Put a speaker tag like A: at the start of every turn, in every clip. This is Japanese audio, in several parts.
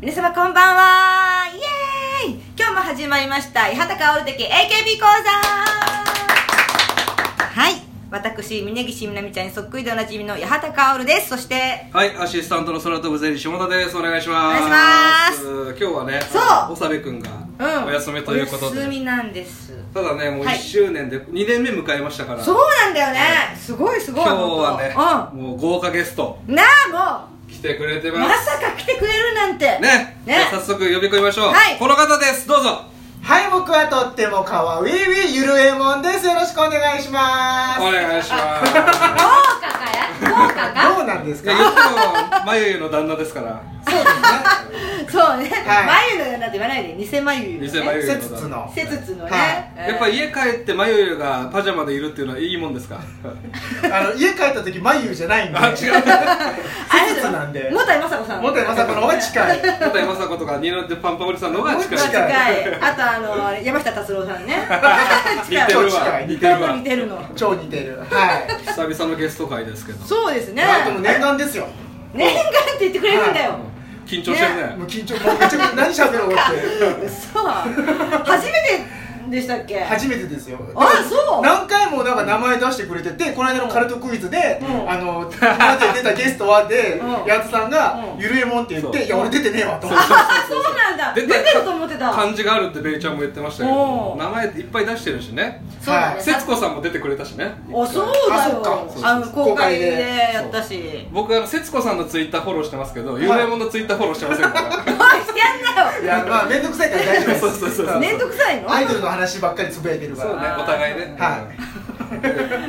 A: 皆様こんばんはイエーイ今日も始まりました八幡薫的 AKB 講座はい私峯岸みなみちゃんにそっくりでおなじみの八幡薫ですそして
B: はい、アシスタントの空飛ぶゼリー下田です。お願いします。
A: お願いします
B: 今日はね、
A: そう
B: あの長部くんが
A: うん
B: お休みということ
A: お
B: で、
A: 休みなんです
B: ただね、もう
A: は
B: 1
A: い
B: 周年で2年目迎えましたから、
A: そうなんだよね、すごいすごい
B: 今日は
A: 本
B: ね、もう豪華ゲスト
A: 当うんなあも
B: 来てくれて
A: う
B: ま。
A: ますさか来てくれるなんて
B: ね、
A: ね
B: じゃあ早速呼び込みましょう。
A: はい
B: この方です。どうぞ。
C: はい、僕はとってもかわいいゆるえもんです。よろしくお願いしま
B: お
C: す。
B: 願いします。
D: 豪華かや豪華
C: どう
D: が
C: なんです
B: いや
C: か。
B: 言っても、まゆゆの旦那ですから。
A: そうね、
C: は
A: 眉のようなって言わないで偽眉よね
B: 偽眉
C: せつつの。
A: せつつのね、
C: は
A: えー
B: やっぱ家帰ってまゆゆがパジャマでいるっていうのはいいもんですか
C: あの家帰った時、まゆじゃないんで。
B: あ、違う。
A: あれ
C: せつつなんで
A: もたいまさこさん
C: もたいまさこの方が近い。
B: 小田雅子とか、ニノってパンパンおじさんの方が近い。
C: もう近い
A: あとあのあれ山下達郎さん ね
B: 似てるわ。似てるわ
A: 似。てるの
C: 超似てる。はい。
B: 久々のゲスト会ですけど
A: そうですね
C: まあ、でも念願ですよ。
A: 念願って言ってくれるんだよ
B: 緊張してるね
C: もう緊張、もうめちゃめちゃ何喋ろうって。
A: 嘘初めてでしたっけ
C: 初めてですよ。
A: あそう
C: 何回もなんか名前出してくれてて、この間のカルトクイズで、
A: うん
C: あの、今まで出たゲストはで
A: うん、
C: やつさんが
A: う、ん
C: ゆるえもんって言っ
B: そう
C: て、いや、俺出てねえわと思って。
A: あそうなんだ出てると思ってた
B: 漢字があるってベイちゃんも言ってましたけ
A: お
B: ど
A: う
B: 名前いっぱい出してるしね
A: そうだね
B: 節子さんも出てくれたしね
A: あそうだよ
C: あそっか
A: あの公開
C: 公
A: で
C: 開で
A: やったし
B: 僕あの節子さんのツイッターフォローしてますけど有名ものツイッターフォローしてませんか
A: おいしてやん
C: い
A: なよ
C: や、まあ、めんどくさいから大丈夫です。
B: そうそうそうそう
A: めんどくさいの
C: アイドルの話ばっかりつぶやいてる
B: ら
C: か
B: そう
C: ら
B: ね お互いね
C: は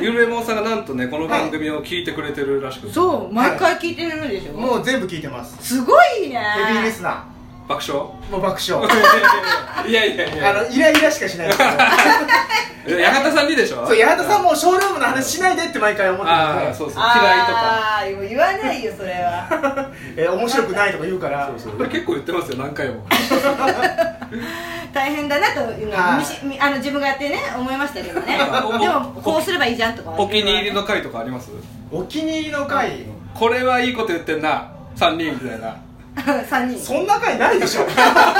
B: うん有名もんさんがなんとねこの番組を聞いてくれてるらしくて
A: そう毎回聞いてるでしょ
C: もう全部聞いてます
A: すごいね
C: ヘビーリスナ
B: 爆笑
C: ーもう爆笑
B: いやいやい
C: あ
B: や
C: のイライラしかしない ですけど
B: いや八幡さんにでしょ
C: そう八幡さんもショールームの話しないでって毎回思って
B: ああ
C: た
B: そう
C: の
B: そう嫌い
C: で
B: とか
A: ああー言わないよそれは
C: えー面白くないとか言うから
B: これ結構言ってますよ何回も
A: 大変だなというのは
C: はい
A: みしみあの自分がやってね思いましたけど ね
B: お
A: でもこうすればいいじゃんとか
B: お気に入りの 回とかあります
C: お気に入りの回
B: これはいいこと言ってんな3人みたいな
A: 3人
C: そんな回ないで しょ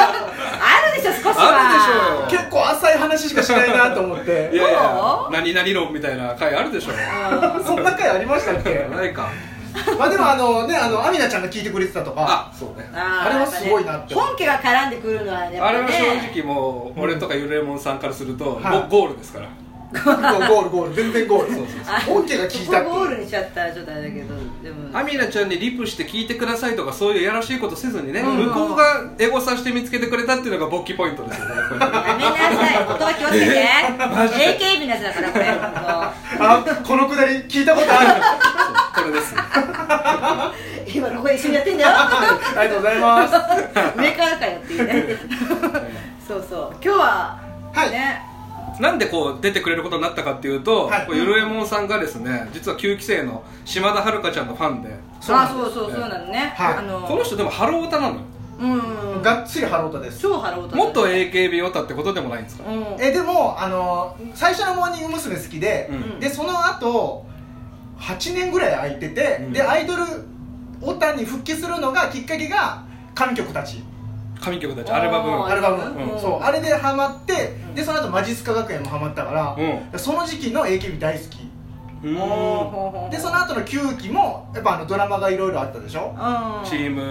A: あるでしょ少しは
B: あるでしょ
C: 結構浅い話しかしないなと思っ
B: い
C: て
B: やい
A: そ
B: や
A: う
B: 何々論みたいな回あるでしょ
C: そんな回ありました っけ
B: ないか
C: まあでもあのねあのアミナちゃんが聞いてくれてたとか
B: あそうね
A: あー
C: あれはすごいなって
A: やぱね本家が絡んでくるのはね
B: あれ
A: やっ
B: は
A: ぱね
B: 正直もう俺とかゆるえもんさんからするとゴ
C: はい
B: ゴールですから
C: ゴールゴール全然ゴール
B: そうそう
A: あ
C: 本家が聞いたって
A: こ
C: い
A: こ
C: う
A: ゴールにしちゃったらちょっとあれだけどでも
B: アミナちゃんにリプして聞いてくださいとかそういうやらしいことせずにね
A: うんうん
B: 向こうがエゴさして見つけてくれたっていうのが勃起ポイントですよねやっぱ
A: やめなさい言葉気をつ け
B: マジで
A: て AKB のやつだからこれ本
C: あこのくだり聞いたことあ る
B: りこれ です
A: 当今ここで一緒にやってんだよ
C: ありがとうございます
A: 上からかよっていうねそうそう今日は
C: はい
A: ね
B: なんでこう出てくれることになったかっていうと
C: はい
B: こうゆるえもんさんがですね実は9期生の島田遥香ちゃんのファンで
C: そう
A: あ
C: なんです
A: そうそうそうなのね、
C: はい
A: あの
B: この人でもハロオタなのよ
A: うん
C: がっつりハロータです
A: 超ハロータ
B: もっと AKB オタってことでもないんですか
A: うん
C: えでもあの最初のモーニング娘。好きで、
B: うん
C: でその後8年ぐらい空いてて、
B: うん
C: でアイドルオタに復帰するのがきっかけが神曲たち
B: 神曲たちアルバム
A: おー
C: アルバム、
B: うん
C: そうあれでハマって、
A: うん
C: でその後マジスカ学園もハマったから、その時期の AKB 大好き
B: うん
A: ほうほうほう
C: でその後の9期もやっぱあのドラマがいろいろあったでしょ
A: うん
B: チーム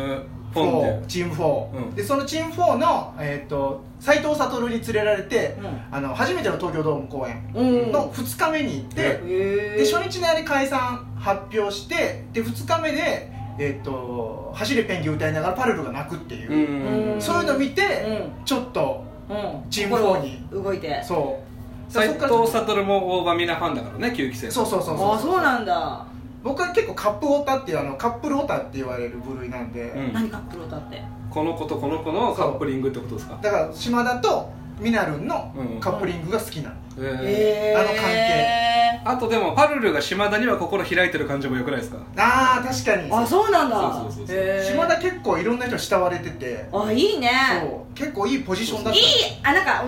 B: フォン
C: そ
B: で
C: うチーム4、
B: うん
C: でそのチーム4の、えー、と斉藤悟に連れられて、
A: う
C: あの初めての東京ドーム公演
A: うん
C: の2日目に行って、
A: へ
C: で
A: ー
C: 初日のあれ解散発表してで2日目で、えっと「走れペンギン」歌いながらパルルが泣くっていうう、
B: ん
C: そういうのを見て、
A: う
C: ちょっと
A: うん
C: チーム4に
A: 動いて
C: そう
B: 斎藤
C: だからそっから
B: 悟も大場みんなファンだからね9期生
C: そうそうそうそう
A: あそうなんだ
C: 僕は結構カップオタっていうあのカップルオタって言われる部類なんで、
B: うん
A: 何かプロだって
B: この子とこの子のカップリングってことですか
C: だから島田とみなるんの
B: うん
C: カップリングが好きなの、
B: えー
A: へ
C: あの関係
B: あとでもパルルが島田には心開いてる感じもよくないですか
C: あー確かに
A: あそうなんだ
B: そうそうそうそう
A: へー
C: 島田結構いろんな人慕われてて
A: あいいね
C: そう結構いいポジションだっ
A: い
C: た
A: いあなんか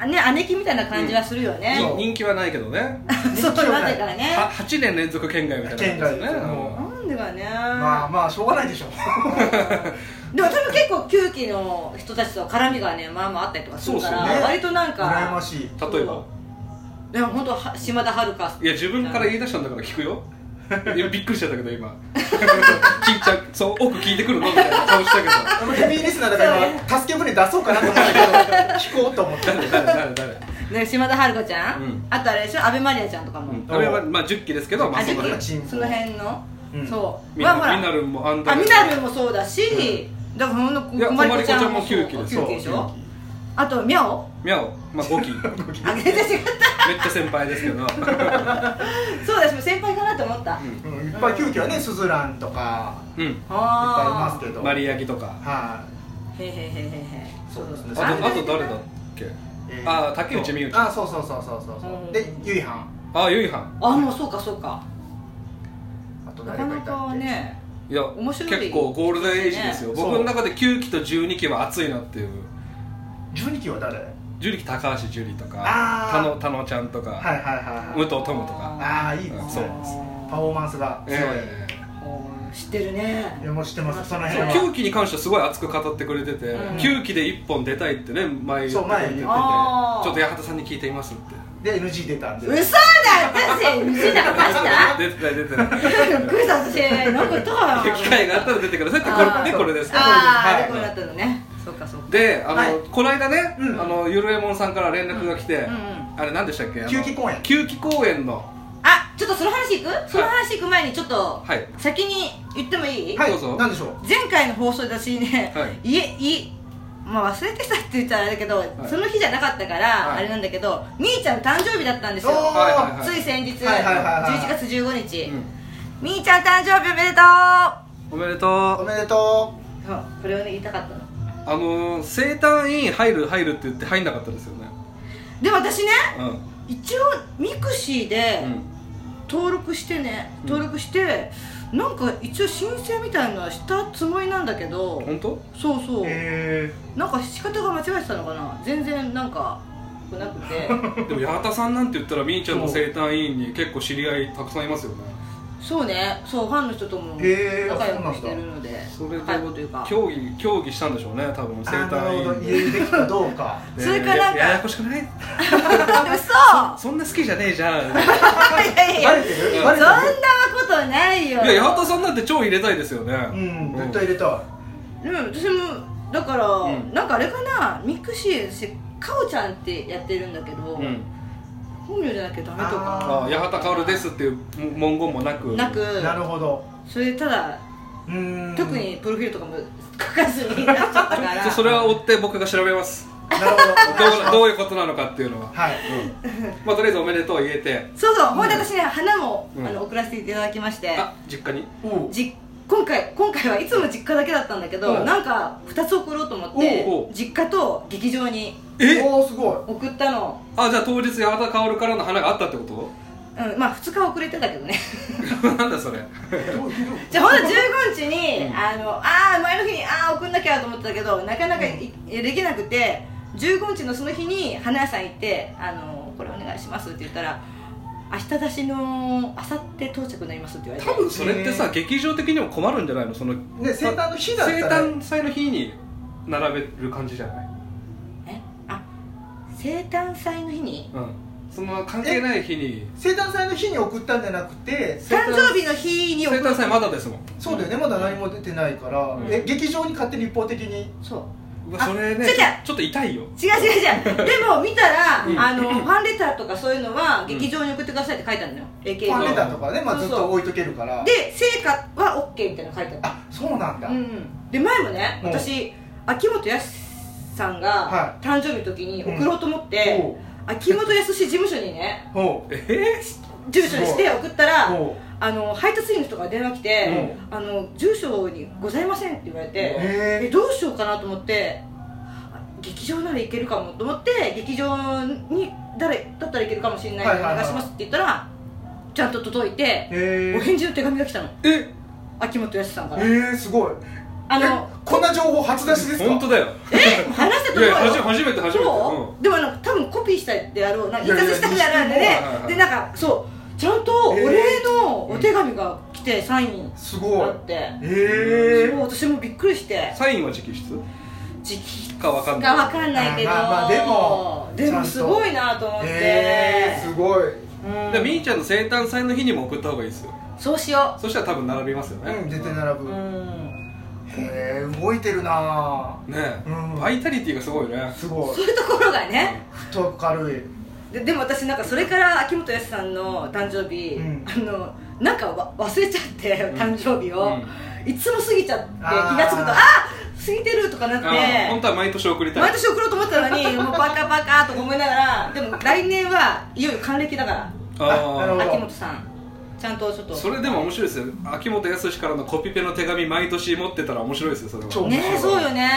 A: あね姉貴みたいな感じはするよね
C: そう
B: に人気はないけどね
A: そう言われてからね
B: は8年連続県外みたいな感じです
C: 県外です
B: ね
C: も
A: なんでかね
C: まあまあしょうがないでしょ
A: でも私も結構9期の人たちと絡みがねまあまああったりとかするから、
B: そうっすよね
A: 割となんか
C: 羨ましい
B: 例えば
A: でも本当は島田遥香
B: いや自分から言い出したんだから聞く よいやびっくりしちゃったけど今 聞いちゃうそう奥聞いてくるのみたいな顔したけど
C: あのヘビーリスナーだから今助け舟出そうかなと思ったけど聞こうと思って
B: 誰誰誰誰
A: ね島田春子ちゃん、
B: うん
A: あとあれでしょ阿部マリアちゃんとかも、
B: あれはまあ10期ですけどまあ
A: あ
B: そ
A: 時
B: うだね
C: チー
A: 期
C: ム
A: その辺の、
C: うん
A: そう
B: み
A: はほ
B: なみな
A: ら
B: るんもあんた
A: あみなるもそうだし、だからほんの
B: いや
A: こまりこちゃんも
B: こまりこちゃん
A: そう
B: も九
A: 九期でしょあとミャオ
B: みゃおまあ5期
A: あ全然違っ
B: めっちゃ先輩ですけど
A: たそうだし先輩かなと思った、
B: うん
C: うんいっぱい休憩はねスズランとか
B: うん
C: いっぱいいます
A: ああ
C: けど
B: マ
C: はい、
B: リアギとか
A: へへへへへ
C: そうです
B: あ
C: ね
B: とあと誰だっけ
C: え
B: あー竹内美優ちゃん
C: あそうそうそうそうそうそううんでゆいはん
B: あゆいはん
A: あもうそうかそうか
C: あと
A: な
C: 誰
A: か
C: がい
A: な
C: たっ
A: か
C: け
A: ね
B: いや
A: 面白い
B: 結構ゴールデンエイジですよ、
C: ね
B: 僕の中で9期と12期は熱いなっていう
C: 12期は誰はい
B: 12期高橋樹里とか
C: あー
B: 田野田野ちゃんとか、
C: はいはい
B: 武
C: はい
B: 藤友とか
C: ああいいですね
B: うん
C: パフォーマンスがすごい、
B: え
A: おー知ってるね
C: いやもう知ってますその
B: え
C: 辺
B: そう
C: は
B: 9期に関してはすごい熱く語ってくれてて、
A: うん
B: 9期で1本出たいってね前言ってくれててち
C: そう前言って
B: ょ
C: て
B: っと八幡さんに聞いていますって
C: で NG 出たんで
A: 嘘だ私見せなんか出した
B: 出てない出てない
A: びっくりした私なんか歌う
B: 機会があったら出てくださいってこ
A: あー
B: れでこれです
A: ああ、
C: はい
A: こうなったのね。そうかそうか。
B: であの、
C: はい
B: この間ね、
C: うん
B: あのゆるえもんさんから連絡が来て、
A: うんうん
B: あれ何でしたっけあの
C: 休憩公演
B: 休憩公演の
A: あ、ちょっとその話いく？その話行く前にちょっと
B: はい
A: 先に言ってもいい？
C: はい
B: どうぞ
C: なんでしょう
A: 前回の放送で私ね
B: は、
A: いえい。まあ忘れてたって言ったらあれだけど、その日じゃなかったから、
B: はい
A: あれなんだけどみーちゃんの誕生日だったんですよ、
C: おー
B: はいはいはい
A: つい先日、
C: はいはいはいはい
A: 11月15日、
B: うん
A: みーちゃん誕生日おめでと
B: おめで
C: お
B: とう
C: めでと
A: うそうこれをね言いたかったの
B: あのー生誕委員入る入るって言って入んなかったですよね
A: でも私ね
B: うん
A: 一応ミクシーで、登録してね
B: うん
A: 登録して、なんか一応申請みたいなのはしたつもりなんだけど
B: うん本当
A: そうそう
C: う、え
A: なんか仕方が間違えてたのかな全然なんかなく て
B: でも八幡さんなんて言ったらみーちゃんの生誕委員に結構知り合いたくさんいますよね
A: そうねそうファンの人とも仲
C: へー
A: 良くしてるので
B: それ
A: 仲良くというか
B: 協議協議したんでしょうね多分
C: ー、
B: 生
C: あな
B: 誕委
C: るほど
B: 員
C: 家でできたどうか
B: で
A: それからなんか
B: いやややこしくない
A: 嘘
B: そんな好きじゃねえじゃ
A: いや
B: んい
A: い
C: バ
A: や
C: レてる
A: そ
C: バ
A: ん
C: レ
A: な
C: て
A: ことないよ
B: や八幡さんなんて超入れたいですよね
C: るうん絶対入れたい
A: でも私もだから、
B: うん
A: なんかあれかなミクシー私かおちゃんってやってるんだけど、
B: うん、うん
A: 本名じゃなきゃダメと
B: あ
A: か
B: あ八幡薫ですっていう文言もなく
A: なく
C: なるほど
A: それただ
C: うーん
A: 特にプロフィールとかも書かずになっちゃったから
B: そそれは追って僕が調べます
C: なるほ
B: ど
C: ど
B: うどういうことなのかっていうのは、
C: はい
B: まあ、とりあえずおめでとう言えて
A: そうそうほんで私ね花も、
B: うん
A: あの送らせていただきまして
B: あ実家に
C: おう
A: じ今回今回はいつも実家だけだったんだけど、
B: うん
A: なんか2つ送ろうと思って
B: おうおう
A: 実家と劇場に
B: え
C: おーすごい
A: 送ったの
B: あじゃあ当日八幡薫からの花があったってこ
A: うんまあ2日遅れてたけどね
B: と なんだそれ
C: どうどう
A: じゃあほんと15日に、
B: うん
A: あのあー前の日にああ送んなきゃと思ってたけどなかなかいできなくて15日のその日に花屋さん行って「あのこれお願いします」って言ったら「明日出しの明後日到着になります」って言われて
B: 多分それってさ劇場的にも困るんじゃないのその
C: ね生誕の日だった
B: 生
C: ら
B: 誕祭の日に並べる感じじゃない、
A: えあ生誕祭の日に
B: うん、その関係ない日に
C: 生誕祭の日に送ったんじゃなくて
B: 生誕
A: 誕生日の日に送
B: 生
A: る
B: 誕祭まだですもん
C: そうだよねまだ何も出てないから、
B: うん
C: え劇場に勝手に一方的に
A: そう
B: うわそれね
A: あ違う違う
B: ちょちょっと痛い
A: 違
B: よ
A: う違う 違うでも見たら、
B: うん
A: あのファンレターとかそういうのは劇場に送ってくださいって書いてあるのよ、AKB
C: ファンレ
B: レ
C: タ
B: タ
C: ー
B: ー
C: と
B: と
C: かね、
A: ま
C: まあ、
A: あ
C: ず
A: ずっ
C: っと
A: と
C: 置いとけるから
A: で成果は OK みたいなの書いてある
C: あそうなんだ、
A: うん、で前もね
C: うん
A: 私秋元康さん
C: は
A: が誕生日の時に送ろうと思って、
C: おう
A: 秋元康事務所に ね
C: おう
B: え
A: 住所にして送ったら
C: おう
A: あの配達員の人から電話来て、あの住所にございませんって言われて、
B: うん
A: え
C: へえ
A: どうしようかなと思ってあ劇場なら行けるかもと思って劇場に誰だったらいけるかもしれないん
C: はい
A: でお
C: はいはい
A: 願いしますって言ったらちゃんと届いて
C: へ
A: お返事の手紙が来たの
B: ええ
A: 秋元康さんか
C: え
A: ら
C: ー、すごい
A: あの
C: こんな情報初出しですか
B: 本当だよ
A: え話して
B: い
A: たと
B: や
A: 思う
B: 初
A: よ
B: 初めて初めて
A: そう、でもなんか多分コピーしたであろうなんか一
C: いやいや
A: 括したであろう
C: い
A: んで
C: や
A: ね
B: いや
A: でなんかそうちゃんとお礼のお手紙が来てサイン
C: すごい
A: あって
C: ええ
A: そう私もびっくりして
B: サインは直筆
A: 時期
B: かわかん
A: が
B: ない
A: わかんないけど、
C: あまあでも
A: で
C: ちゃん
A: も
C: と
A: すごいなと思って、
C: えー、すごい
A: うん
B: でみーちゃんの生誕祭の日にも送った方がいいですよ
A: そうしよ
B: そしたら多分並びますよ
C: う
B: ね
C: ん、絶対並
A: う、
C: ぶ、
A: う
C: へ
A: ん、
C: え動いてるな
B: ねえ
C: うん
B: バイタリティがすごいね
C: ぁすごい
A: そういうところがね
C: 太く軽い
A: ででも私なんかそれから秋元康さんの誕生日、
C: うん
A: あのなんかわ忘れちゃって
B: ん
A: 誕生日を、いつも過ぎちゃって気
C: あー
A: がつくとあー過ぎてるとかなっ
B: あー本
A: て
B: 当は毎年送りたい
A: 毎年送ろうと思ったのに もうバカバカとか思いながらでも来年はいよいよ還暦だから
C: あなるほ
B: あ
C: ど
A: 秋元さんちゃんとちょっ
B: あ
A: と
B: それでも面白いですよ秋元康からのコピペの手紙毎年持ってたら面白いですよそれは
C: 超
A: ねえそうよね、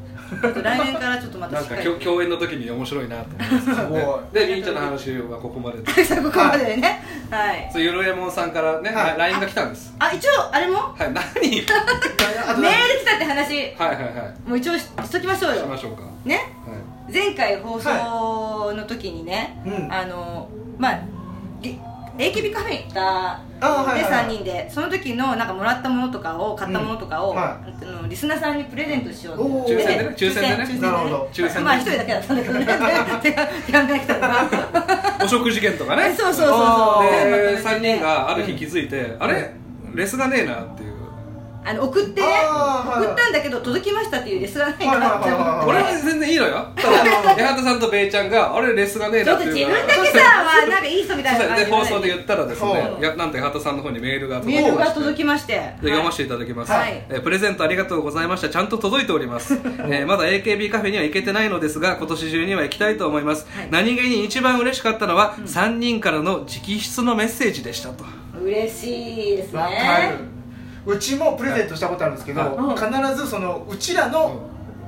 B: う
A: ちょっと来年からちょっとま
B: ん
A: た
B: な
A: し
B: ん
A: っ
B: か
A: かり
B: 共共演の時に面白いなと思います
C: すごい
B: でみーちゃんの話はここまで で
A: さあここまででねはい
B: そうゆるえもんさんからね
C: はい
B: LINE が来たんです
A: あ一応あれも
B: はい何
C: あと
A: メ
C: 何
A: ール来たって話
B: はいはいは
A: もう一応ししときましょう
B: いし
A: よ
B: ましょうかは
A: ね前回放送の時にね、
C: うん
A: あのまあり AKB カフェ行った
C: あはいは
A: で
C: いはい
A: 3人でその時のなんかもらったものとかを買ったものとかを、
C: うんは
A: あのリスナーさんにプレゼントしようと
C: おー
B: 抽選でね抽選でね
A: 抽
C: なるほど
B: 抽選で
A: まあ一人だけだったんだけ どね手が手紙が来たのが
B: いお食事券とか ね
A: そうそうそう
C: あ
A: そう全部まとめ
B: で
A: て
B: 3人がある日気づいて、あ
C: う
B: れレスがねえなっていう
A: あの送ってね
C: あーはい
A: 送ったんだけど届きましたっていうレスがないから
C: はいはいはいはい
B: これは全然いいのよただ八幡さんとべいちゃんがあれレスがねえ
A: ちょ
B: な
A: っ
B: っ
A: と
B: て
A: 自
B: い
A: 分
B: うから
A: だけさ、まあ、なんかいい人みたいな
B: そう
A: 感
B: で
A: じ
B: 放送で言ったらですね
C: そう
B: やなんと八幡さんの方にメールが届き
A: メール
B: ま
A: が
B: して
A: 届きまして
B: で読ませていただきます、
A: はい
B: えープレゼントありがとうございましたちゃんと届いております、えーまだ AKB カフェには行けてないのですが今年中には行きたいと思います、
A: はい
B: 何気に一番嬉しかったのは、3人からの直筆のメッセージでしたと
A: 嬉しいです
C: わか
A: ね
C: るうちもプレゼントしたことあるんですけど、
A: うん
C: 必ずそのうちらの、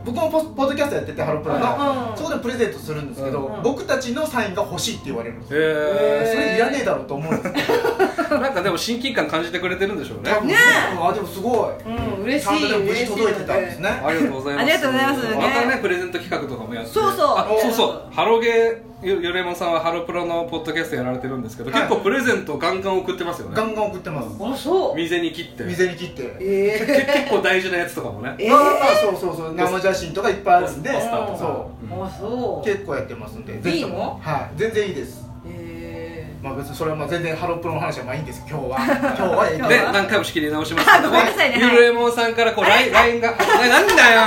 C: 僕もポポッドキャストやっててハロプロの、
A: うん
C: そこでプレゼントするんですけど、
A: うん
C: 僕たちのサインが欲しいって言われるんですよ、
A: へー
C: それいらねえだろうと思うんですけど
B: なんかでも親近感感じてくれてるんでしょうね
C: 多分
A: ね
C: あでもすごい、
A: うん嬉しい
C: ちゃんとでも無事届いてたんですね
B: ありがとうございます
A: ありがとうございますね
B: またねプレゼント企画とかもやって
A: そうそう
B: あそう
A: ありが
B: そ
A: と
B: うハロゲーよよれもんさんはハロプロのポッドキャストやられてるんですけど、
C: はい
B: 結構プレゼントガンガン送ってますよ
C: ガ
B: ね
C: ンガン送ってます
A: あそう
B: 水に切って
C: 水に切って
A: え
B: け結構大事なやつとかもね
A: えー
C: まあまあそうそうそう生写真とかいっぱいあるんで
B: ポスター
A: とか
C: そ
A: ー、あそうう
C: 結構やってますんで
A: いいの
C: はい全然いいです
A: え
C: まあ別にそれはまあ全然ハロプロの話はまあいいんです今日は今日はええけど
B: で何回も仕切り直しますけど
A: あごめんなさいね
B: ゆるえもんさんからこうラインラインが「ななんだよ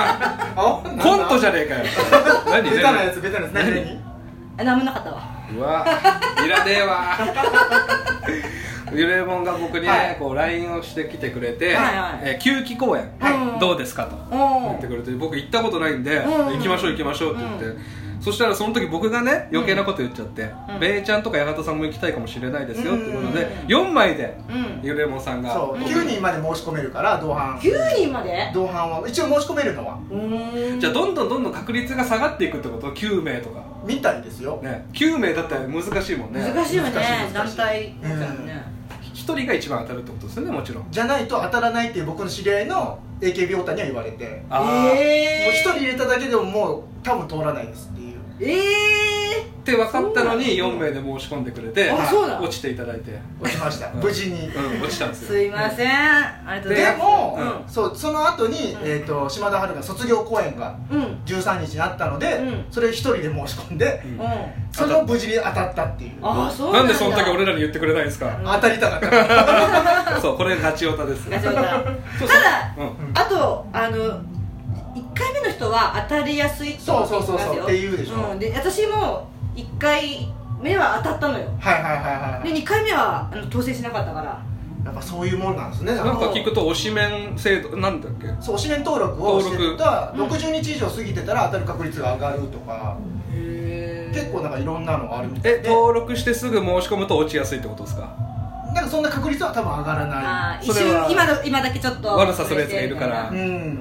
C: あなんだ
B: コントじゃねえかよ」 何
C: ベタなやつベタなやつ何
B: 何
C: 何
A: ー、あ何もなかったわ
B: うわいらねえわゆれもんが僕にね、
C: はい
B: こう LINE をしてきてくれて、
A: はいはい
B: えー休憩公演、
A: はい
B: どうですかと言って
A: う
B: くれて僕行ったことないんで、
A: うん
B: 行きましょう行きましょうって言って、そしたらその時僕がね余計なこと言っちゃって
A: うん
B: べい、ちゃんとか八幡さんも行きたいかもしれないですよってことで、
A: うん
B: 4枚で
A: んうん
B: ゆれもんさんが
C: そう9人まで申し込めるから同伴
A: 九人まで
C: 同伴は一応申し込めるのは
A: うーん
B: じゃあどんどんどんどん確率が下がっていくってこと9名とか、
C: みたいですよ
B: ね、9名だったら難しいもんね
A: 難しいよね
C: 難しい難し
A: 団
C: い
A: 体だよね
B: 1人が一番当たるってことですよねもちろん
C: じゃないと当たらないっていう僕の知り合いの AKB 太田には言われてもう
B: あー
A: えー、
C: 一人入れただけでももう多分通らないですっていう
A: ええ
B: って分かったのに4名で申し込んでくれて
A: あそうなの
B: 落ちていただいて、
C: 落ちました
B: うん
C: 無事に
B: うん、落ちたん
A: ー、
B: です
A: す
B: よ
A: いません、ありがとうござ
C: で
A: いま
C: も、
B: う
C: そうその後に、
A: うん
C: えっ、と島田春が卒業公演が
A: すうんうん
C: 13日にあったので、
A: うん
C: それ一人で申し込んで、
B: うん
C: それも無事に当たったっていう
A: ああそうな
B: な
A: んんだ
B: でその時俺
A: ら
B: らに言ってくれないんですか
C: 当た りたかった
B: そうこれガチオタです
A: ただ
B: そうそううん
A: あとあの1回目の人は当たりやすいって言いますよ
C: そうそうそうそうって言うでしょ
A: ん、で私も1回目は当たったのよ
C: はいはいはいはい
A: で2回目はあの当選しなかったから
C: やっぱそういうもんなんですね
B: なんか聞くと推しメン制度なんだっけ
C: そう推しメン登録をしてた
A: 登録
C: 60日以上過ぎてたら当たる確率が上がるとか、
A: へ
C: 結構なんかいろんなのがあるみたい
B: え
C: で
B: 登録してすぐ申し込むと落ちやすいってことですか
C: なんかそんな確率は多分上がらな
A: あー一
B: それは
A: 瞬今の今だけちょっと
B: 悪さするやつがいるから
C: いうん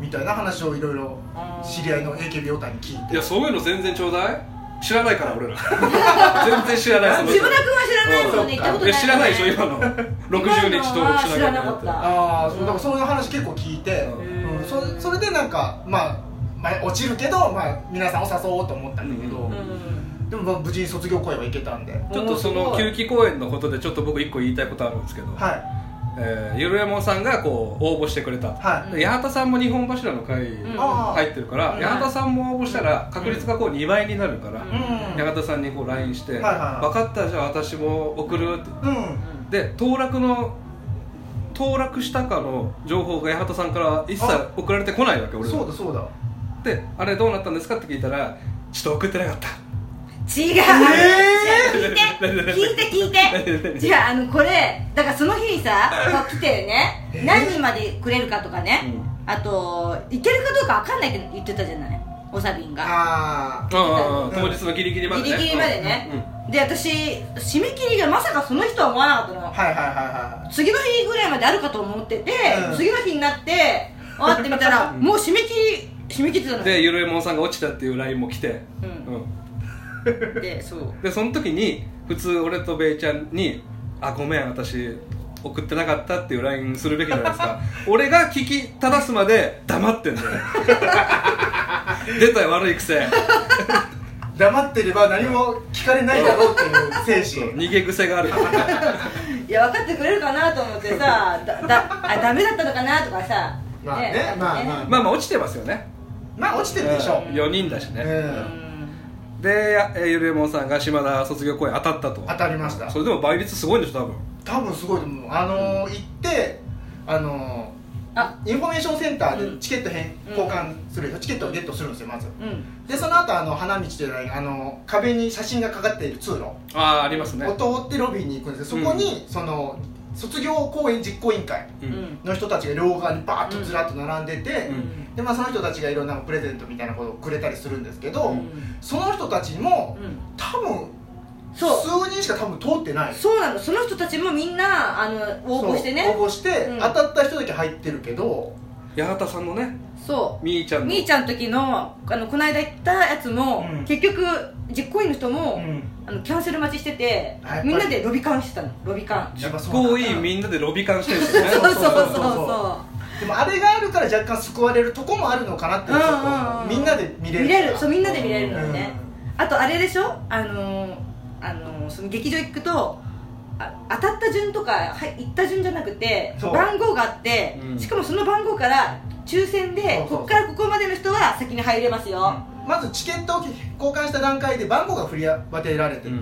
C: みたいな話をいろいろ知り合いの AKB オタに聞い
B: い
C: て
B: やそういうの全然ちょうだい知らないか ら俺ら全然知らないその
A: 自分ら君は知らないですよね
C: うん
A: 行ったこと
B: い
A: ない
B: や知らないでしょ
A: よね
B: 今の60日登録しなきゃいけ
A: 今
B: ないって
A: のは知らなかっ
C: ああそうだからそういう話結構聞いて、
B: うん
C: うんそそれでなんかまあ、まあ、落ちるけど、まあ、皆さんを誘おうと思ったんだけど、
B: うん
A: うん
C: でもまあ無事に卒業公演は行けたんでは
B: ちょっとそ
A: おー
B: の
A: すごい
B: 休憩公演のことでちょっと僕一個言いたいことあるんですけど、
C: い
B: えーゆるやもんさんがこう応募してくれた、
C: はい、
B: で八幡さんも日本柱の会
A: うん
C: ああ
B: 入ってるから、
A: うん
B: 八幡さんも応募したら確率がこう2倍になるから、
A: うん
C: うん
B: 八幡さんにこう LINE して「
C: はいはいはい
B: 分かったじゃあ私も送る」って
C: うん
B: で当落の当落したかの情報が八幡さんから一切
C: あ
B: 送られてこないわけ俺
C: そうだそうだ
B: であれどうなったんですかって聞いたら「ちょっと送ってなかった」
A: 違う、聞いて聞いて聞いて違うあのこれだからその日にさ来てね何人までくれるかとかね、あと行けるかどうか分かんないって言ってたじゃないおさびんが
C: あ
B: ああ当日のギリギリまでね
A: ギリギリまでね
B: うん
A: で私締め切りがまさかその日とは思わなかった
C: あ
A: の
C: はいはいは
A: 次の日ぐらいまであるかと思ってて、
C: うん
A: 次の日になって終わってみたらもう締め切り締め切ってたの
B: でゆるえもんさんが落ちたっていう LINE も来て、
A: うん
B: う
A: でそうん
B: でその時に普通俺とベイちゃんに「あごめん私送ってなかった」っていう LINE するべきじゃないですか俺が聞き正すまで黙ってんだよ 出たよ悪い癖
C: いはい黙ってれば何も聞かれないだろうってい う精神
B: 逃げ癖があるから
A: いや分かってくれるかなと思ってさだだあダメだったのかなとかさ
C: まあねまあまあ
B: まあまあ落ちてますよね
C: まあ落ちてるでしょう、
B: 4人だしね、
C: え
A: うん
C: え
B: でやえーゆるえもんさんが島田卒業公演当たったと
C: 当たりました
B: それでも倍率すごいんでしょ多分
C: 多分すごいと思うあのー行ってあの
A: あ
C: ーインフォメーションセンター
A: う
C: で
A: ん
C: チケット変交換するでしょチケットをゲットするんですよまず
A: うん
C: でその後あの花道というのはあの壁に写真がかかっている通路
B: ああありますね
C: を通ってロビーに行くんですよそこに、その卒業公演実行委員会
A: う
B: う
A: ん
B: ん
C: の人たちが両側にバーッとずらっと並んでて、
B: うん
C: でまあ、その人たちがいろんなプレゼントみたいなことをくれたりするんですけど、
B: うん
C: その人たちも
A: うん
C: 多分
A: そう
C: 数人しか多分通ってない
A: そうなのその人たちもみんなあの応募して
C: そう
A: ね
C: 応募して、
A: うん
C: 当たった人だけ入ってるけど
B: 八幡さんのね
A: そ
B: みーちゃん
A: う
B: の
A: みーちゃんの時のあのこの間行ったやつも、
C: うん
A: 結局実行委員の人も、
C: うん
A: あのキャンセル待ちしてて
C: あやっぱり
A: みんなでロビカンしてたのロビカン
C: やっぱ
B: す
C: そう
B: ごい
C: なんだ
B: みんなでロビカンしてるんですよね
A: そうそうそうそう
C: そうでもあれがあるから若干救われるとこもあるのかなってちょっと、
A: うんうんうん
C: みんなで見れる
A: 見れるそうみんなで見れ
C: う
A: る
C: ん
A: のよね、あとあれでしょあのーあのーその劇場行くとあ当たった順とかはい行った順じゃなくて
C: そう
A: 番号があって、
B: うん
A: しかもその番号から抽選で
C: そうそうそう
A: こっからここまでの人は先に入れますよ、
C: まずチケットを交換した段階で番号が振り当てられてて、
B: うん
A: うん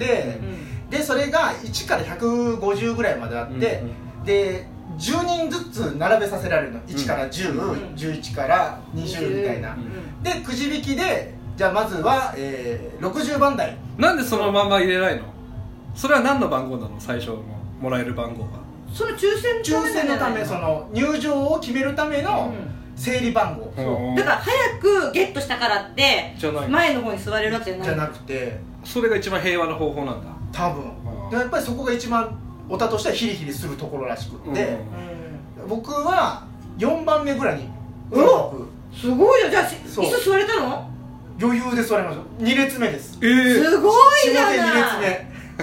C: でそれが1から150ぐらいまであって、で10人ずつ並べさせられるの1から10、
A: うん
C: 11から20みたいな、
B: うん
C: でくじ引きでじゃあまずは、えー60番台
B: なんでそのまま入れないのそれは何の番号なの最初のもらえる番号は
A: その抽選
C: 抽選のため
A: じ
C: そ
A: ゃない
C: の入場を決めるための整理番号
B: うん
A: だから早くゲットしたからって
B: じゃない
A: 前の方に座れるわけじゃない
C: じゃなくて
B: それが一番平和な方法なんだ
C: 多
B: うん
C: 分でやっぱりそこが一番オタとしてはヒリヒリするところらしくって、
A: う
C: 僕は4番目ぐらいに
A: うおんすごいよじゃあし
C: そう
A: 椅子座れたの
C: 余裕で座れました2列目です
B: えー、
A: すごいじゃない
C: 下手2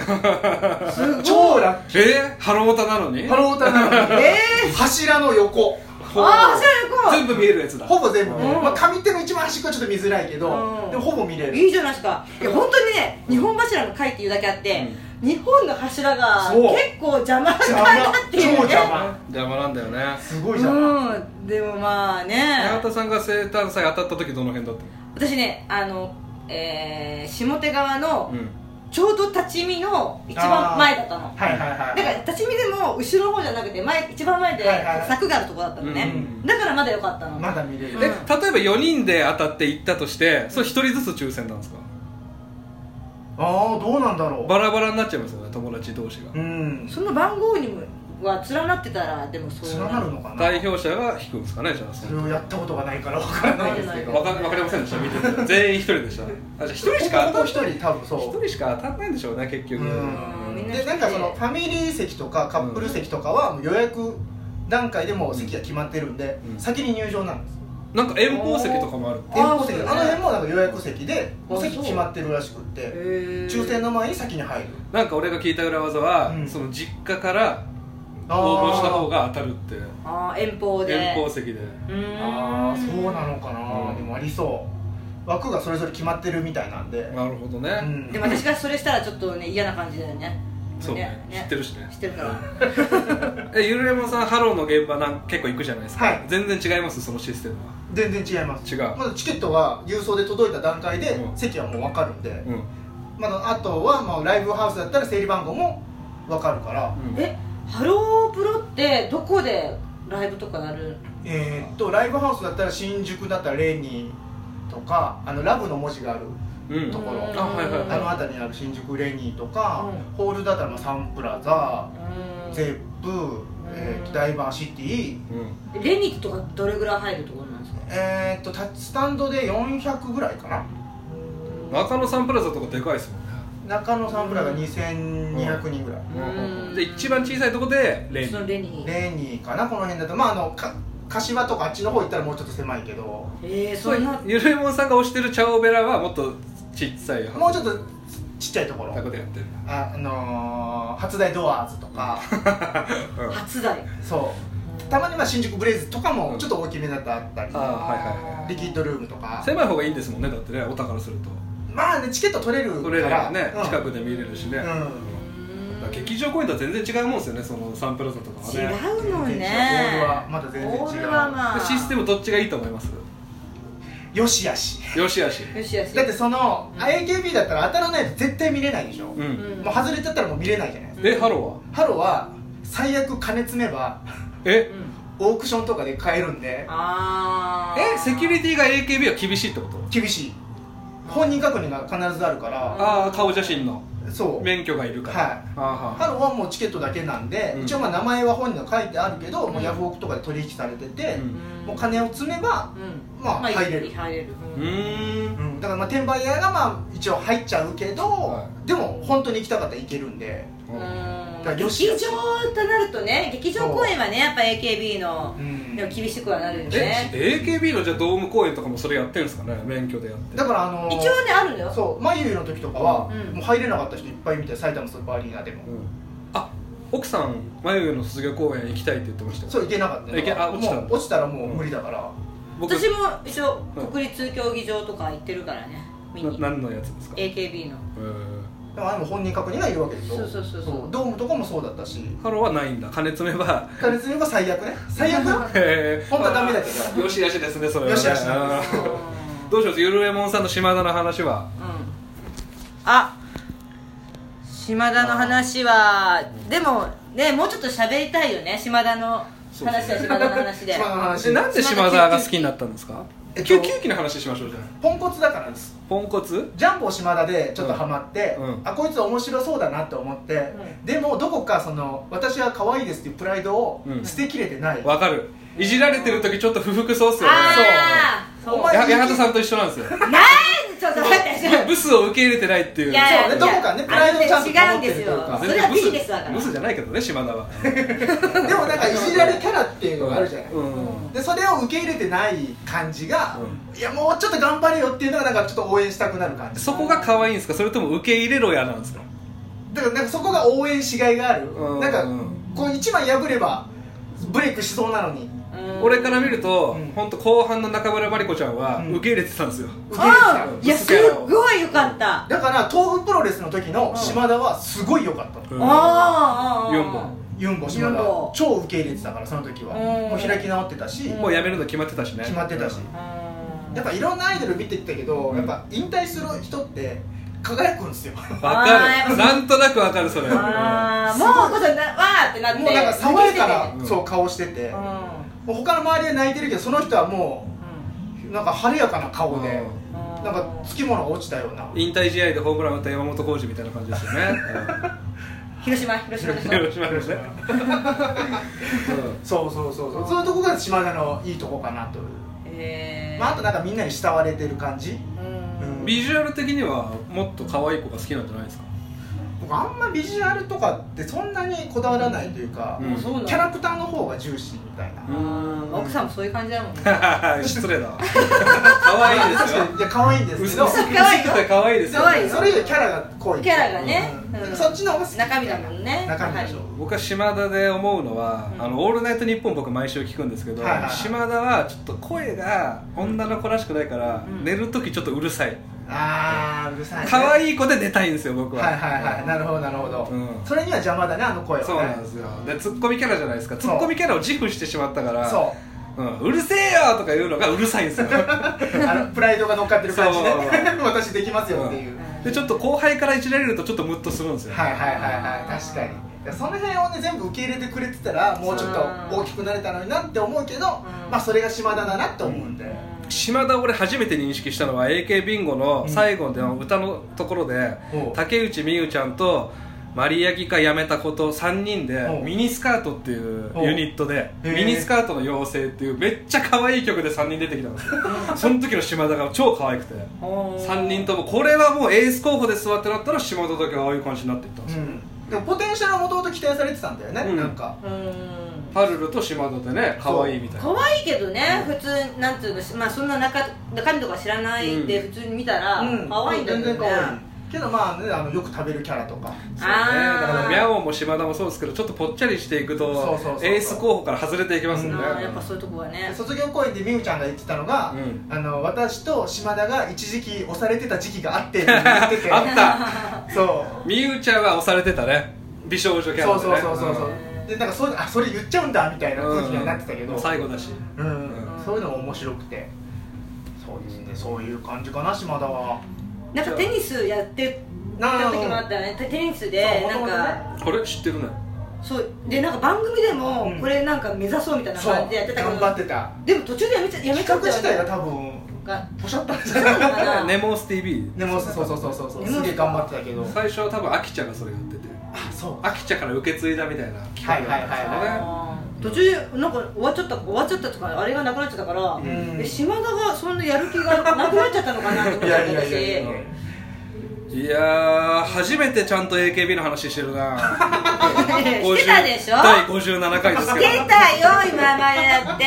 C: 列
A: すご
C: 目
A: い
C: 超ラッキ
B: えー、ハロータなのに
C: ーハロータなのに
A: え
C: 柱の横
A: ー、ああそれ
B: 全
A: 行こ
B: 部見えるやつだ
C: ほぼ全部ね、
A: うん
C: まあ、上手の一番端っこはちょっと見づらいけど、
A: うん
C: でもほぼ見れ
A: う
C: る
A: いいじゃないですかいや本当にね日本柱の会っていうだけあって、日本の柱が
C: そう
A: 結構邪魔
C: 邪魔
A: だなっていうね
C: 超邪魔
B: 邪魔なんだよね
C: すごいじゃん、
A: うんでもまあね
B: 八幡さんが生誕祭当たった時どの辺だった
A: 私ねあの、えー、下手側の
B: の、うん、
A: ちょうど立ち見の一番前だったの
C: はいはいは
A: だ
C: い
A: から立ち見でも後ろの方じゃなくて前一番前で
C: はいはいはい
A: 柵があるとこだったのね、
B: うん
A: だからまだ良かったの、
C: まだ見れる、
B: え例えば4人で当たっていったとしてそれ1人ずつ抽選なんですか
C: ああどうなんだろ
B: バラバラになっちゃいますよね友達同士が
C: ううん
A: その番号にもは連なってたらでもそう
C: 連なるのかな
B: 代表者が引くんですかねじゃあそ
C: そ
B: の
C: れをやったことがないからわからないですけど
B: わかわかりませんでした見てて全員一人でしたあじゃあ一人しか
C: ほぼ
B: 当
C: 一人多分
B: た一
C: そう
B: 人しか当たんないんでしょうね結局
C: う
A: みんな
C: でなんかそのファミリー席とかカップル席とかはもう予約段階でもう席が決まってるんで、
B: うん
C: 先に入場なんです
B: なんか遠方席とかもある
A: あー
C: 遠方席
A: そう
C: あ
A: だね
C: の辺もなんか予約席でもう席
A: あそう
C: 決まってるらしくって抽
A: 抽
C: 選の前に先に入る
B: なんか俺が聞いた裏技は、
C: うん
B: その実家から応募した方が当たるって
A: あー遠方で
B: 遠方席で
A: うーん
C: あーあーそうなのかな、
B: うん
C: でもありそ枠がそれぞれ決まってるみたいなんで、
B: なるほどね、
C: うん
A: でも私がそれしたらちょっとね嫌な感じだよね
B: そうね知ってるしね
A: 知ってるから
B: えゆるレモンさんハローの現場なん結構行くじゃないですか、
C: はい
B: 全然違いますそのシステムは
C: 全然違います
B: 違う
C: まだチケットは郵送で届いた段階で
B: うん
C: 席はもう分かるんで、
B: うん、
C: まだあとはまあライブハウスだったら整理番号も分かるから、
B: うん
A: えハロープロってどこでライブとかやる
C: えーっとライブハウスだったら新宿だったらレニーとかあのラブの文字がある
B: うん
C: ところ
A: うん
B: あはいはい
C: あの辺りにある新宿レニーとか、
A: うん
C: ホールだったらまあサンプラザ
A: うん
C: ゼップ、えーダイバーシティ
B: うん
A: レニットとかどれぐらい入るところなんですか
C: えーっとタッチスタンドで400ぐらいかな
B: 中野サンプラザとかでかいですもんね
C: 中野サンプラザ2200人ぐらい、
A: うん
B: で一番小さいとこでレイ
A: そのレニー
C: レニーかなこの辺だとまああのか柏とかあっちの方行ったらもうちょっと狭いけども
A: えー、
B: そ
A: そ
B: うん
A: な
B: ゆるえもんさんが推してるチャオベラはもっとちっちゃいは
C: うちょっとちっちゃいところ
B: とでやってるんだ
C: あ、あのー初台ドアーズと か
A: 初台
C: そうたまにまあ新宿ブレイズとかもちょっと大きめだったあったり
B: あはいはい
C: リキッドルームとか
B: 狭い方がいいんですもんねだってねお宝すると
C: まあねチケット取れるから
B: 取れるよね、
C: うん
B: 近くで見れるしね、
C: うん
B: だから劇場公演とは全然違うもんですよねそのサンプラザとかは
A: 違
B: ね
A: うのね
C: ボールはまだ全然違う
A: ボールはまあ
B: でシステムどっちがいいと思います
C: よしやし
B: よしよし
A: よしよし
C: だってその、AKB だったら当たらないと絶対見れないでしょ、
B: う、
A: うんん
C: もう外れちゃったらもう見れないじゃないですか
B: でハロ
C: ハロは最悪金詰めば
B: ーはえ
A: うん
C: オークションとかで買えるんで
A: あー
B: えセキュリティが AKB は厳しいってこと
C: 厳しい本人確認が必ずあるから
B: ああ顔写真の
C: そう
B: 免許がいるから
C: はい
B: あーは
C: ハロはもうチケットだけなんで、
B: うん
C: 一応まあ名前は本人が書いてあるけど、もうヤフオクとかで取引されてて、
B: うん
A: ん
C: もう金を詰めば、
A: うん
C: まあ入れる
A: 入れる
B: うーん
C: だからまあ転売屋がまあ一応入っちゃうけど、
B: は
C: でも本当に行きたかったら行けるんで、
A: うん
C: だからよし
A: 劇場となるとね劇場公演はねやっぱ AKB の
C: うん
A: でも厳しくはなるよね
B: え AKB のじゃあドーム公演とかもそれやってるんですかね免許でやって
C: だからあのー
A: 一応ねあるのよ
C: そう眉毛の時とかは、
A: うん
C: もう入れなかった人いっぱい見て埼玉スーパーアリーナでも、
B: うんあ奥さん眉毛の卒業公演行きたいって言ってましたよ
C: そう行けなかった
B: いけあ落ちた
C: もう落ちたらもう無理だから、
B: 僕
A: 私も一応
B: うん
A: 国立競技場とか行ってるからね見に
B: な何のやつですかえ
A: AKB の
B: ー
C: でもあれも本人確認がいるわけでしょ
A: そうそうそうそう
C: ドームとかもそうだったし
B: ハローはないんだ金詰めば
C: 加熱すれば最悪ね最悪よ
B: へー
C: 本当はダメだけど
B: まあよしよしですねそれはね
C: よしよしなんです
B: あーどうしますゆるえもんさんの島田の話は
A: うんあ島田の話はでもねもうちょっと喋りたいよね島田の
B: そうで
A: 話
B: すね
A: は島田の話で
C: 島の話
B: えなんで島田が好きになったんですか
C: えっと
B: 急急期の話しましょうじゃあ
C: ポンコツだからです
B: ポンコツ
C: ジャンボ島田でちょっとハマって、
B: うん
C: あこいつ面白そうだなと思って、でもどこかその私は可愛いですっていうプライドを
B: うん
C: 捨てきれてない、
B: わかるいじられてる時ちょっと不服そうっすよね
A: ああ
C: そうお前
B: や八幡さんと一緒なん ですよ
A: なんちょっと待って
B: ブスを受け入れてないっていう
A: いや
C: そうねどこかねプライドをちゃんと
A: 違うん
C: 守っ
A: で
C: て
A: すよ
C: るというか
A: それはビジネスだから
B: ブスじゃないけどね島田は
C: でもなんかいじられキャラっていうのがあるじゃない、
B: うん
C: でそれを受け入れてない感じが、
B: う
C: いやもうちょっと頑張れよっていうのがなんかちょっと応援したくなる感じ
B: そこが可愛いんですかそれとも受け入れろやなんですか
C: だからなんかそこが応援しがいがある、
B: うん
C: なんかこう一枚破ればブレイクしそうなのに
A: うん
B: 俺から見ると
C: うん
B: 本当後半の中村真理子ちゃんは
C: うん
B: 受け入れてたんですよ
C: 受け入れてた
A: あいやすっごいよかった
C: だから東北プロレスの時の島田はすごい良かったの、
B: うん
A: ああ
B: 四本
C: ユンボ島田
A: ユンボ
C: 超受け入れてたからその時は、
A: うん
C: もう開き直ってたし、
A: うん
B: もうやめるの決まってたしね
C: 決まってたし、やっぱいろんなアイドル見てきたけど、
B: うん
C: やっぱ引退する人って輝くんですよも
B: わ
A: あーや
B: か
A: っぱ
B: るなんとなくわかるそれ
A: ああもうこそなわーってなっ て
C: うなんか爽やかな、
B: うん
C: そう顔してて、
A: うん
C: もう他の周りは泣いてるけどその人はもうなんか晴れやかな顔で、
A: うん
C: なんかつきものが落ちたような
B: 引退試合でホームラン打った山本浩二みたいな感じですよね
A: 広島広島でし
B: う
A: ょ
B: んよろしくお願いします
C: そうそうそうそうそういうとこが島田のいいとこかなという、
A: へー
C: まあ、あとなんかみんなに慕われてる感じ、
A: うん
C: うん
B: ビジュアル的にはもっと可愛い子が好きなんじゃないですか
C: 僕あんまビジュアルとかってそんなにこだわらないというか、
B: うん
A: そうなの
C: キャラクターの方が重視みたいな、
A: あー奥さんもそういう感じだもんね
B: 失礼だわ可愛いですよ
C: 確かにいや可愛いんですけ
B: 薄
C: ど
B: 薄
C: そ
B: くて可愛いですよ
A: 可愛いよ
C: れよりキャラが濃い
A: キャラがね
C: うん
A: うん
C: そっちの方が好き
A: 中身だもんね
C: 中身でしょ、
B: 僕は島田で思うのは「
A: うん
B: あのオールナイトニッポン」僕毎週聞くんですけど、
C: はいはいはい
B: 島田はちょっと声が女の子らしくないから、
A: うん
B: 寝る時ちょっとうるさい
C: ああうるさい、ね、
B: 可
C: い
B: 愛い子で寝たいんですよ僕は、
C: はいはいはいなるほどなるほど、
B: うん
C: それには邪魔だねあの声はね
B: そうなんですよでツッコミキャラじゃないですかツ
C: そう
B: ッコミキャラを自負してしまったから,、
C: そう
B: ん、うるせえよとか言うのがうるさいんです よ
C: うあのプライドが乗っかってる感じね
B: そう
C: 私できますよっていう、
A: うん
B: でちょっと後輩からいじられるとちょっとムッとするんですよ、
C: はいはいはいはい確かにその辺をね全部受け入れてくれてたらもうちょっと大きくなれたのになって思うけど
A: ん
C: まあそれが島田だなって思うんで、
B: 島田を俺初めて認識したのは AK ビンゴの最後での歌のところで、
C: うん
B: 竹内美優ちゃんとマリアギカ辞めたこと3人で
C: うん
B: ミニスカートっていうユニットで
C: うんへ
B: ミ
C: ー
B: ニスカートの妖精っていうめっちゃ可愛い曲で3人出てきたんですよ その時の島田が超可愛くて3人ともこれはもうエース候補ですわってなったら島田だけああいう感じになっていったんで
C: う
B: すよ、
C: ん、でもポテンシャルはもともと期待されてたんだよね、
B: うん
C: なんか
A: うん
B: パルルと島田でね可愛いみたいな
A: 可愛いけどね普通なんていうのまあそんな中中身とか知らないで
B: う
A: 普通に見たら可愛いんだけど
C: 全然
A: ね
C: 可愛いけどまあねあのよく食べるキャラとか
B: そうねだか
A: あ
B: ら
A: ー
B: ミャオも島田もそうですけどちょっとぽっちゃりしていくと
C: そうそうそうそう
B: エース候補から外れていきますんで、
C: うん
A: あーやっぱそういうとこはね
C: 卒業公演で美羽ちゃんが言ってたのが、
B: うん
C: あの私と島田が一時期押されてた時期があってって言って て
B: あった
C: そう
B: みゆちゃんは押されてたね美少女キャラで、ね、
C: そうそうそうそうそう、
A: うん
C: でなんかそういうあそれ言っちゃうんだみたいな
B: うん
C: 空気にはなってたけど、
B: うん最後だし
C: うん
B: うん
C: そういうのも面白くてそうですねそういう感じかな島田は
A: なんかテニスやってた時もあったよねテテニスで
C: そう
A: なん
C: 元々ね
A: か
B: あれ知ってるね
A: そうでなんか番組でも
C: うん
A: これなんか目指そうみたいな
C: そう
A: 感じでやってた
C: 頑
A: け
C: 張っ
A: ど
C: てた
A: でも途中でやめちゃやめちゃっ
C: 企画
A: た
C: 自体
A: よ
C: が
A: ね
C: 多分
A: が
C: ポシャったんじ
A: そ
C: ゃ
A: うな
C: な
A: の
C: い
A: かな
B: ネモス TV
C: でもそうそうそうそうそう
A: でも
C: すげえ頑張ってたけど
B: 最初は多分アキちゃんがそれやってて
C: あそう
B: アキちゃんから受け継いだみたいな企画だったんですよね、
C: はいはい
A: 途中でなんか終わっちゃった終わっちゃったとかあれがなくなっちゃったから、
C: ん
A: え島田がそんなやる気がなくなっちゃったのかなと思っ
C: い
A: ちゃ
C: や
A: っ
C: い
A: たし
C: やいやいや
B: いやー初めてちゃんと AKB の話してるな
A: してたでしょ
B: 第57回です
A: し
B: け
A: て
B: ど
A: たよ今までだって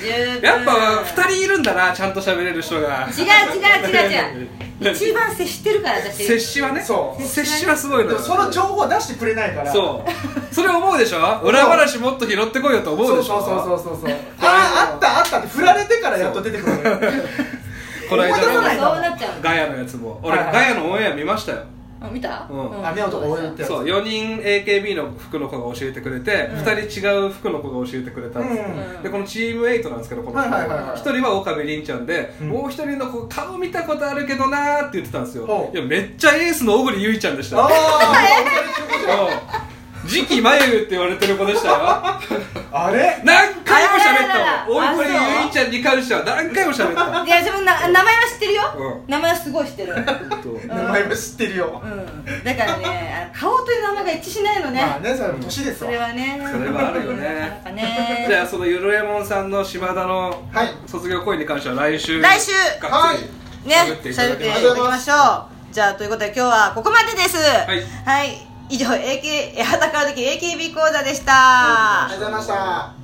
A: 十分
B: やっぱ2人いるんだなちゃんと喋れる人が
A: 違う違う違う違う一番接してるから私
B: 接しはね
C: そう
B: 接しはすごいの
C: で
B: よ
C: もその情報は出してくれないから
B: そうそれ思うでしょ裏話もっと拾ってこいよと思う
C: そ
B: で
C: う
B: し
C: そ
B: ょ
C: うそうそうそうああったあったって振られてからやっと出てくるのよ
B: この間
C: 思い出
A: そう
B: の
C: さないの
A: なっちゃう
B: ガヤのやつも俺、
C: はいはい
B: ガヤのオンエア見ましたよ
A: あ見た、
B: うん
C: あ目をとか置いて
B: そう4人 AKB の服の子が教えてくれて、
A: うん
B: 2人違う服の子が教えてくれたんですよ、
A: うん
B: でこのチーム8なんですけどこの子、一
C: はいはいはいはい
B: 1人は岡部凛ちゃんで、
C: うん
B: もう1人の子顔見たことあるけどなーって言ってたんですよ
C: ほ
B: いうやめっちゃエースの小栗優衣ちゃんでしたよ
C: ああ
B: うん次期眉毛って言われてる子でしたよ
C: あれ
B: 何回も喋っ
A: あららら
B: たもん
A: あそ
B: 大
A: う
B: 栗優衣ちゃんに関しては何回も喋った
A: いやでもな名前は知ってるよ、
B: う
A: 名前はすごい知ってる
B: ほんと
C: 名前も知ってるよ
A: うんだからねあの顔という名前が一致しないのね,、
C: まあねそれも年です
A: そ
C: わ
A: れはね
B: それはあるよね
A: なんかね
B: じゃあそのゆるえもんさんの島田の
C: はい
B: 卒業公演に関しては来週
A: 来週
B: がっつり
A: ね
B: 喋っていた
A: 喋
B: だ
A: っ
B: き
A: てい
B: ま
A: た
B: しょ
A: だ
B: う
A: きましょうじゃあということで今日はここまでですはいはい、以上 AK 裸の時 AKB 講座でした
C: ありがとうございました